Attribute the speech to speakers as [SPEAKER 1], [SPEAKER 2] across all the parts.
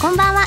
[SPEAKER 1] こんばんは、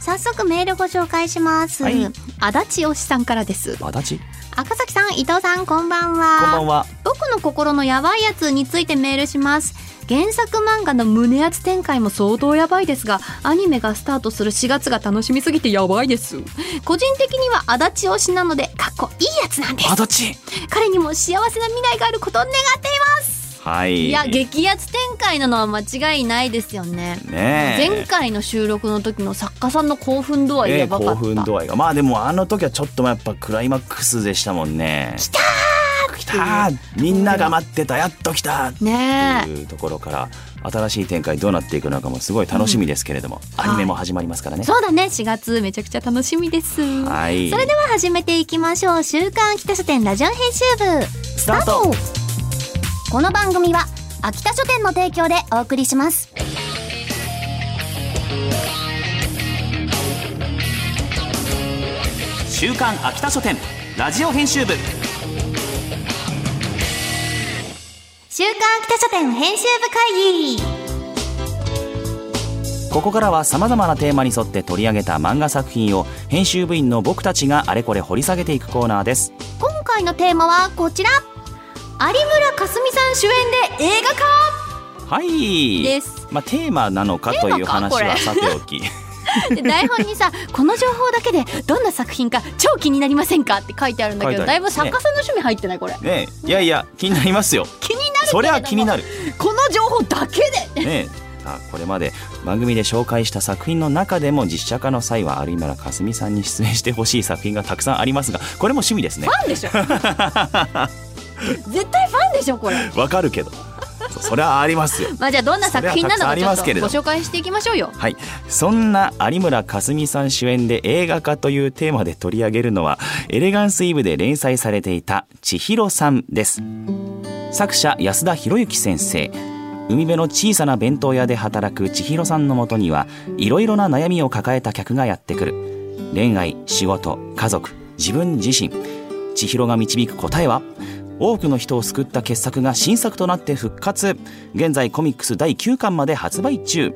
[SPEAKER 1] 早速メールご紹介します、
[SPEAKER 2] はい
[SPEAKER 1] 足立よしさんからです
[SPEAKER 2] 足立
[SPEAKER 1] 赤崎さん伊藤さんこんばんは
[SPEAKER 2] こんばんは
[SPEAKER 1] 僕の心のやばいやつについてメールします原作漫画の胸熱展開も相当やばいですがアニメがスタートする4月が楽しみすぎてやばいです個人的には足立推しなのでかっこいいやつなんです
[SPEAKER 2] 足立
[SPEAKER 1] 彼にも幸せな未来があることを願っています
[SPEAKER 2] はい
[SPEAKER 1] いや激アツ展開なのは間違いないですよね
[SPEAKER 2] ねえ
[SPEAKER 1] 前回の収録の時の作家さんの興奮度合い
[SPEAKER 2] ねえ
[SPEAKER 1] やばか
[SPEAKER 2] 興
[SPEAKER 1] った、
[SPEAKER 2] 奮度合いがまあでもあの時はちょっとやっぱクライマックスでしたもんね
[SPEAKER 1] 来た
[SPEAKER 2] ー来たーみんなが待ってたやっと来たって
[SPEAKER 1] ね
[SPEAKER 2] いうところから新しい展開どうなっていくのかもすごい楽しみですけれども、
[SPEAKER 1] ん
[SPEAKER 2] アニメも始まりますから
[SPEAKER 1] え
[SPEAKER 2] ね
[SPEAKER 1] そうだね4月めちゃくちゃ楽しみですそ
[SPEAKER 2] はい
[SPEAKER 1] れでは始めていきましょう「週刊秋田書店ラジオ編集部」
[SPEAKER 2] スタート
[SPEAKER 1] この番組は秋田書店の提供でお送りします
[SPEAKER 2] 週刊秋田書店ラジオ編集部
[SPEAKER 1] 週刊秋田書店編集部会議
[SPEAKER 2] ここからはさまざまなテーマに沿って取り上げた漫画作品を編集部員の僕たちがあれこれ掘り下げていくコーナーです
[SPEAKER 1] 今回のテーマはこちら有村架純さん主演で映画化
[SPEAKER 2] はい
[SPEAKER 1] です
[SPEAKER 2] まあ、テーマなのかという話
[SPEAKER 1] テーマ
[SPEAKER 2] は
[SPEAKER 1] か
[SPEAKER 2] さておき
[SPEAKER 1] で台本にさ「この情報だけでどんな作品か超気になりませんか?」って書いてあるんだけど
[SPEAKER 2] 書いて
[SPEAKER 1] だ
[SPEAKER 2] あ
[SPEAKER 1] い
[SPEAKER 2] り
[SPEAKER 1] ぶ
[SPEAKER 2] ますね
[SPEAKER 1] 作家さんの趣味入ってないこれ
[SPEAKER 2] ねえいやいや気になり ますよ
[SPEAKER 1] 気になる
[SPEAKER 2] そりゃ気になる
[SPEAKER 1] この情報だけ で
[SPEAKER 2] ねえさあこれまで番組で紹介した作品の中でも実写化の際は有村架純さんに出演してほしい作品がたくさんありますがこれも趣味ですね
[SPEAKER 1] ファンでしょ絶対ファンでしょこれ
[SPEAKER 2] わかるけどそそれはありますよ
[SPEAKER 1] まあじゃあどんな作品なの
[SPEAKER 2] そ
[SPEAKER 1] か
[SPEAKER 2] れ
[SPEAKER 1] ち
[SPEAKER 2] は
[SPEAKER 1] ょ
[SPEAKER 2] たく
[SPEAKER 1] っと
[SPEAKER 2] さんありますけれ
[SPEAKER 1] ご
[SPEAKER 2] ど
[SPEAKER 1] 紹介していきましょうよ
[SPEAKER 2] はい、そんな有村架純さん主演で映画化というテーマで取り上げるのは「エレガンス・イブ」で連載されていた千尋さんです作者安田博之先生海辺の小さな弁当屋で働く千尋さんのもとにはいろいろな悩みを抱えた客がやってくる恋愛仕事家族自分自身千尋が導く答えは多くの人を救った傑作が新作となって復活現在コミックス第9巻まで発売中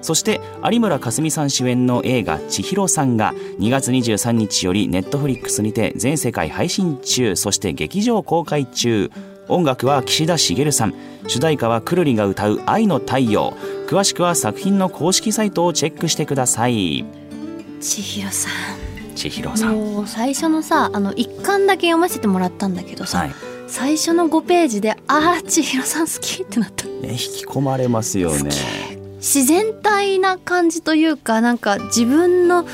[SPEAKER 2] そして有村架純さん主演の映画「千尋さん」が2月23日よりネットフリックスにて全世界配信中そして劇場公開中音楽は岸田茂さん主題歌はくるりが歌う「愛の太陽」詳しくは作品の公式サイトをチェックしてください
[SPEAKER 1] 千尋さ
[SPEAKER 2] 千尋
[SPEAKER 1] ん
[SPEAKER 2] さん
[SPEAKER 1] もう最初のさあの一巻だけ読ませてもらったんだけどさ、
[SPEAKER 2] はい
[SPEAKER 1] 最初の5ページで「ああ千尋さん好き」ってなった
[SPEAKER 2] ね、引き込まれますよね。
[SPEAKER 1] 自然体な感じというかなんか自分の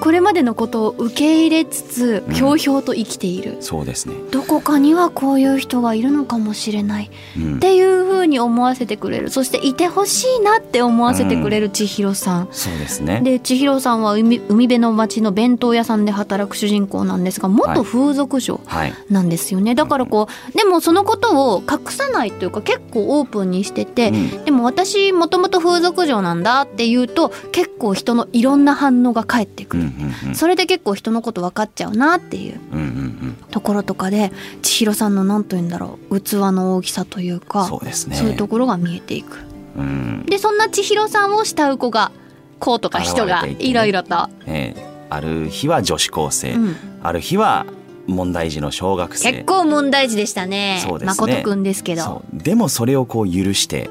[SPEAKER 1] これまでのことを受け入れつつ
[SPEAKER 2] うん
[SPEAKER 1] ひょうひょうと生きている、
[SPEAKER 2] そうですね。
[SPEAKER 1] どこかにはこういう人がいるのかもしれないっ
[SPEAKER 2] うん、
[SPEAKER 1] ていう風に思わせてくれるそしていてほしいなって思わせてくれる千尋さん。
[SPEAKER 2] そうですね。
[SPEAKER 1] で千尋さんは海海辺の町の弁当屋さんで働く主人公なんですが元風俗嬢
[SPEAKER 2] はい。
[SPEAKER 1] なんですよね、だからこうでもそのことを隠さないというか結構オープンにしてて、
[SPEAKER 2] うん
[SPEAKER 1] でも私もともと風俗嬢なんだって言うと結構人のいろんな反応が返って
[SPEAKER 2] う
[SPEAKER 1] く
[SPEAKER 2] んう
[SPEAKER 1] る、
[SPEAKER 2] ん
[SPEAKER 1] それで結構人のこと分かっちゃうなっていう
[SPEAKER 2] うんうんうん
[SPEAKER 1] ところとかで千尋さんの何と言うんだろう器の大きさという
[SPEAKER 2] うん。
[SPEAKER 1] か
[SPEAKER 2] そうですね。
[SPEAKER 1] そういうところが見えていく
[SPEAKER 2] うん。
[SPEAKER 1] でそんな千尋さんを慕う子が子とか人が
[SPEAKER 2] 現れていてね
[SPEAKER 1] いろいろと、
[SPEAKER 2] ええある日は女子高生、
[SPEAKER 1] うん
[SPEAKER 2] ある日は問題児の小学生。
[SPEAKER 1] 結構問題児でしたね
[SPEAKER 2] そうですね
[SPEAKER 1] 誠くんですけど
[SPEAKER 2] そう。でもそれをこう許して。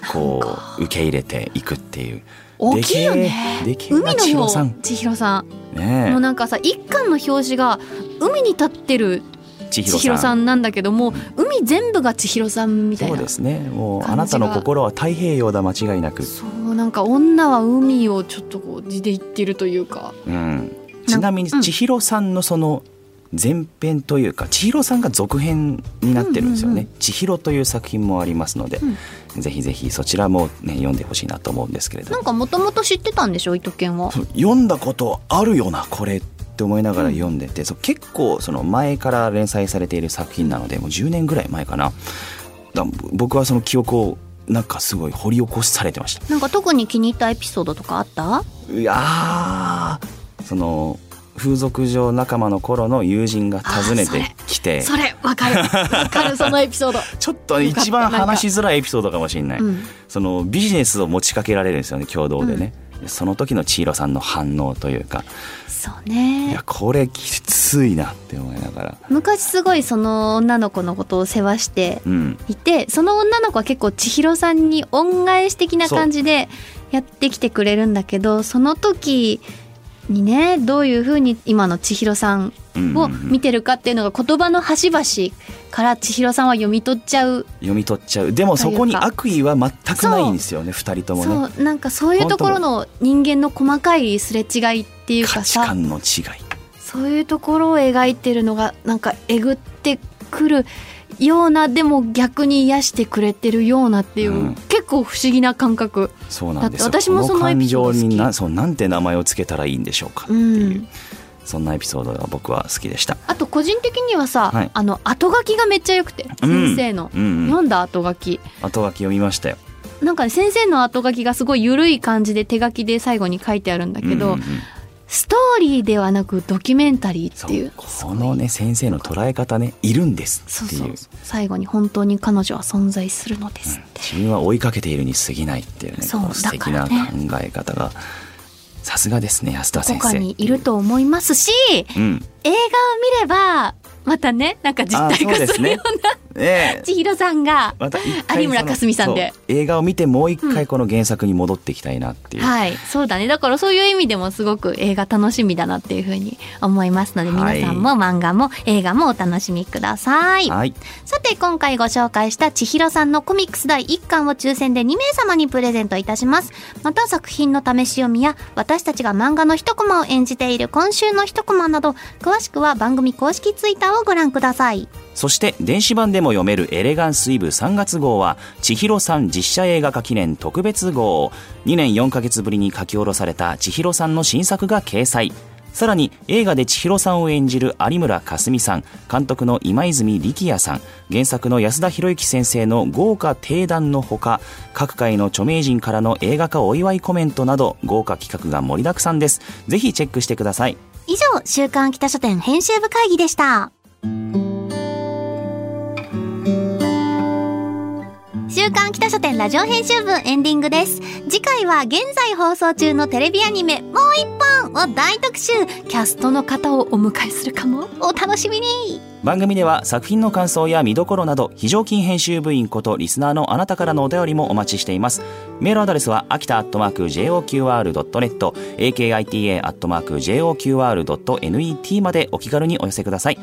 [SPEAKER 1] な
[SPEAKER 2] こ
[SPEAKER 1] んか
[SPEAKER 2] う受け入れていくっていう。
[SPEAKER 1] 大きいよ
[SPEAKER 2] で
[SPEAKER 1] ね
[SPEAKER 2] けえでけえ
[SPEAKER 1] 海
[SPEAKER 2] な
[SPEAKER 1] の
[SPEAKER 2] 千
[SPEAKER 1] よ
[SPEAKER 2] 尋さん
[SPEAKER 1] う千尋さんもう
[SPEAKER 2] ね
[SPEAKER 1] なんかさ一巻の表紙が海に立ってる
[SPEAKER 2] え。千
[SPEAKER 1] 千尋さ
[SPEAKER 2] ん。
[SPEAKER 1] んなんだけども海全部が千尋さんみたい
[SPEAKER 2] そう
[SPEAKER 1] な
[SPEAKER 2] ですね。もうあ
[SPEAKER 1] 感
[SPEAKER 2] な
[SPEAKER 1] じが
[SPEAKER 2] たの心は太平洋だ間違いなく。
[SPEAKER 1] そう
[SPEAKER 3] もなんか女は海をちょっとこう地で行ってるというか
[SPEAKER 2] うん、ちなみに千尋さんのその前編というか千尋さんが続編になってるんですよね
[SPEAKER 3] う
[SPEAKER 2] 「
[SPEAKER 3] んうん
[SPEAKER 2] 千尋」という作品もありますので、ぜひぜひそちらも、ね、読んでほしいなと思うんですけれど
[SPEAKER 1] なんかもともと知ってたんでしょ糸犬は
[SPEAKER 2] そう読んだことあるよなこれって思いながら読んでて、そう結構その前から連載されている作品なのでもう10年ぐらい前かなだ僕はその記憶をなんかすごい掘り起こされてました
[SPEAKER 1] なんか特に気に入ったエピソードとかあった
[SPEAKER 2] いやーその風俗嬢仲間の頃の友人が訪ねてきて
[SPEAKER 3] それわかるわかるそのエピソー ド
[SPEAKER 2] ちょっとね
[SPEAKER 3] よかった
[SPEAKER 2] 一番話しづらいエピソードかもしれない、
[SPEAKER 1] うん
[SPEAKER 2] そのビジネスを持ちかけられるんですよね共同でね、その時の千尋さんの反応というか
[SPEAKER 1] そう
[SPEAKER 2] い
[SPEAKER 1] ね
[SPEAKER 2] やこれきついなって思いながら
[SPEAKER 1] 昔すごいその女の子のことを世話して
[SPEAKER 2] うん
[SPEAKER 1] いてその女の子は結構千尋さんに恩返し的な感じでやってきてくれるんだけどその時にねどういうふうに今の千尋さん
[SPEAKER 2] うん
[SPEAKER 1] を見てるかっていうのが言葉の端々から千尋さんは読み取っちゃう、
[SPEAKER 2] 読み取っちゃうでもそこに
[SPEAKER 1] というか
[SPEAKER 2] 悪意は全くないんですよね二人ともね
[SPEAKER 1] そうなんかそういうところの人間の細かいすれ違いっていう
[SPEAKER 2] 価
[SPEAKER 1] か
[SPEAKER 2] 値
[SPEAKER 1] さ
[SPEAKER 2] 観の違い
[SPEAKER 1] そういうところを描いてるのがなんかえぐってくるようなでも逆に癒してくれてるようなっていう、
[SPEAKER 2] うん
[SPEAKER 3] 結構不思議な感覚
[SPEAKER 2] そうなんですよ
[SPEAKER 1] だって私もそのエピソード好き
[SPEAKER 2] この感情になそうなんて名前をつけたらいいんでしょうかってい
[SPEAKER 1] う
[SPEAKER 2] う、
[SPEAKER 1] ん
[SPEAKER 2] そんなエピソードが僕は好きでした、
[SPEAKER 1] あと個人的にはさ、
[SPEAKER 2] はい
[SPEAKER 1] あの後書きがめっちゃ良くて
[SPEAKER 2] うん
[SPEAKER 1] 先生の、
[SPEAKER 2] うんうん、
[SPEAKER 1] 読んだ後書き
[SPEAKER 2] 後書き読みましたよ
[SPEAKER 1] なんかね先生の後書きがすごい緩い感じで手書きで最後に書いてあるんだけど、
[SPEAKER 2] うんうんうん
[SPEAKER 1] ストーリーではなくドキュメンタリーっ
[SPEAKER 2] そう
[SPEAKER 1] ていう
[SPEAKER 2] このね先生の捉え方ねいるんです
[SPEAKER 1] そう
[SPEAKER 2] っていう
[SPEAKER 1] そう最後に本当に彼女は存在するのですって、
[SPEAKER 2] 自分は追いかけているに過ぎないっていうね
[SPEAKER 1] そう
[SPEAKER 2] こう素敵な
[SPEAKER 1] だ
[SPEAKER 2] 考
[SPEAKER 1] から
[SPEAKER 2] え方がさすがですね安田
[SPEAKER 1] ど
[SPEAKER 2] 先
[SPEAKER 1] こか
[SPEAKER 2] 生
[SPEAKER 1] にいると思いますし
[SPEAKER 2] うん
[SPEAKER 1] 映画を見ればまたねなんか実
[SPEAKER 2] あ
[SPEAKER 1] 体
[SPEAKER 2] そうで
[SPEAKER 1] 化
[SPEAKER 2] す
[SPEAKER 1] する
[SPEAKER 2] ね
[SPEAKER 1] ような
[SPEAKER 2] ねえ
[SPEAKER 1] 千尋さんが、
[SPEAKER 2] また一回
[SPEAKER 1] 有村
[SPEAKER 2] その
[SPEAKER 1] 架純さんで
[SPEAKER 2] そう映画を見てもう一回この原作に戻っていきたいなっていう、
[SPEAKER 1] はいそうだねだからそういう意味でもすごく映画楽しみだなっていうふうに思いますので、
[SPEAKER 2] はい
[SPEAKER 1] 皆さんも漫画も映画もお楽しみください。
[SPEAKER 2] はい
[SPEAKER 1] さて今回ご紹介した千尋さんのコミックス第1巻を抽選で2名様にプレゼントいたしますまた作品の試し読みや私たちが漫画の一コマを演じている今週の一コマなど詳しくは番組公式ツイッターをご覧ください
[SPEAKER 2] そして電子版でも読めるエレガンスイブ3月号は千尋さん実写映画化記念特別号2年4ヶ月ぶりに書き下ろされた千尋さんの新作が掲載さらに映画で千尋さんを演じる有村架純さん監督の今泉力也さん原作の安田博之先生の豪華定談のほか各界の著名人からの映画化お祝いコメントなど豪華企画が盛りだくさんですぜひチェックしてください
[SPEAKER 1] 以上週刊秋田書店編集部会議でした週刊北書店ラジオ編集部エンディングです。次回は現在放送中のテレビアニメもう一本を大特集キャストの方をお迎えするかもお楽しみに
[SPEAKER 2] 番組では作品の感想や見どころなど非常勤編集部員ことリスナーのあなたからのお便りもお待ちしていますメールアドレスは秋田アットマーク JOQR.net akita アットマーク JOQR.net までお気軽にお寄せください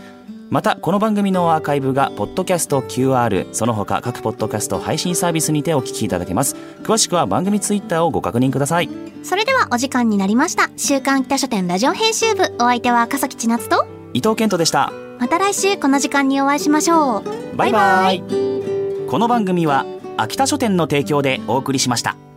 [SPEAKER 2] またこの番組のアーカイブがポッドキャスト QR その他各ポッドキャスト配信サービスにてお聞きいただけます詳しくは番組ツイッターをご確認ください
[SPEAKER 1] それではお時間になりました。週刊北書店ラジオ編集部お相手は赤崎千夏と
[SPEAKER 2] 伊藤健人でした
[SPEAKER 1] また来週この時間にお会いしましょう。
[SPEAKER 2] バイバイこの番組は秋田書店の提供でお送りしました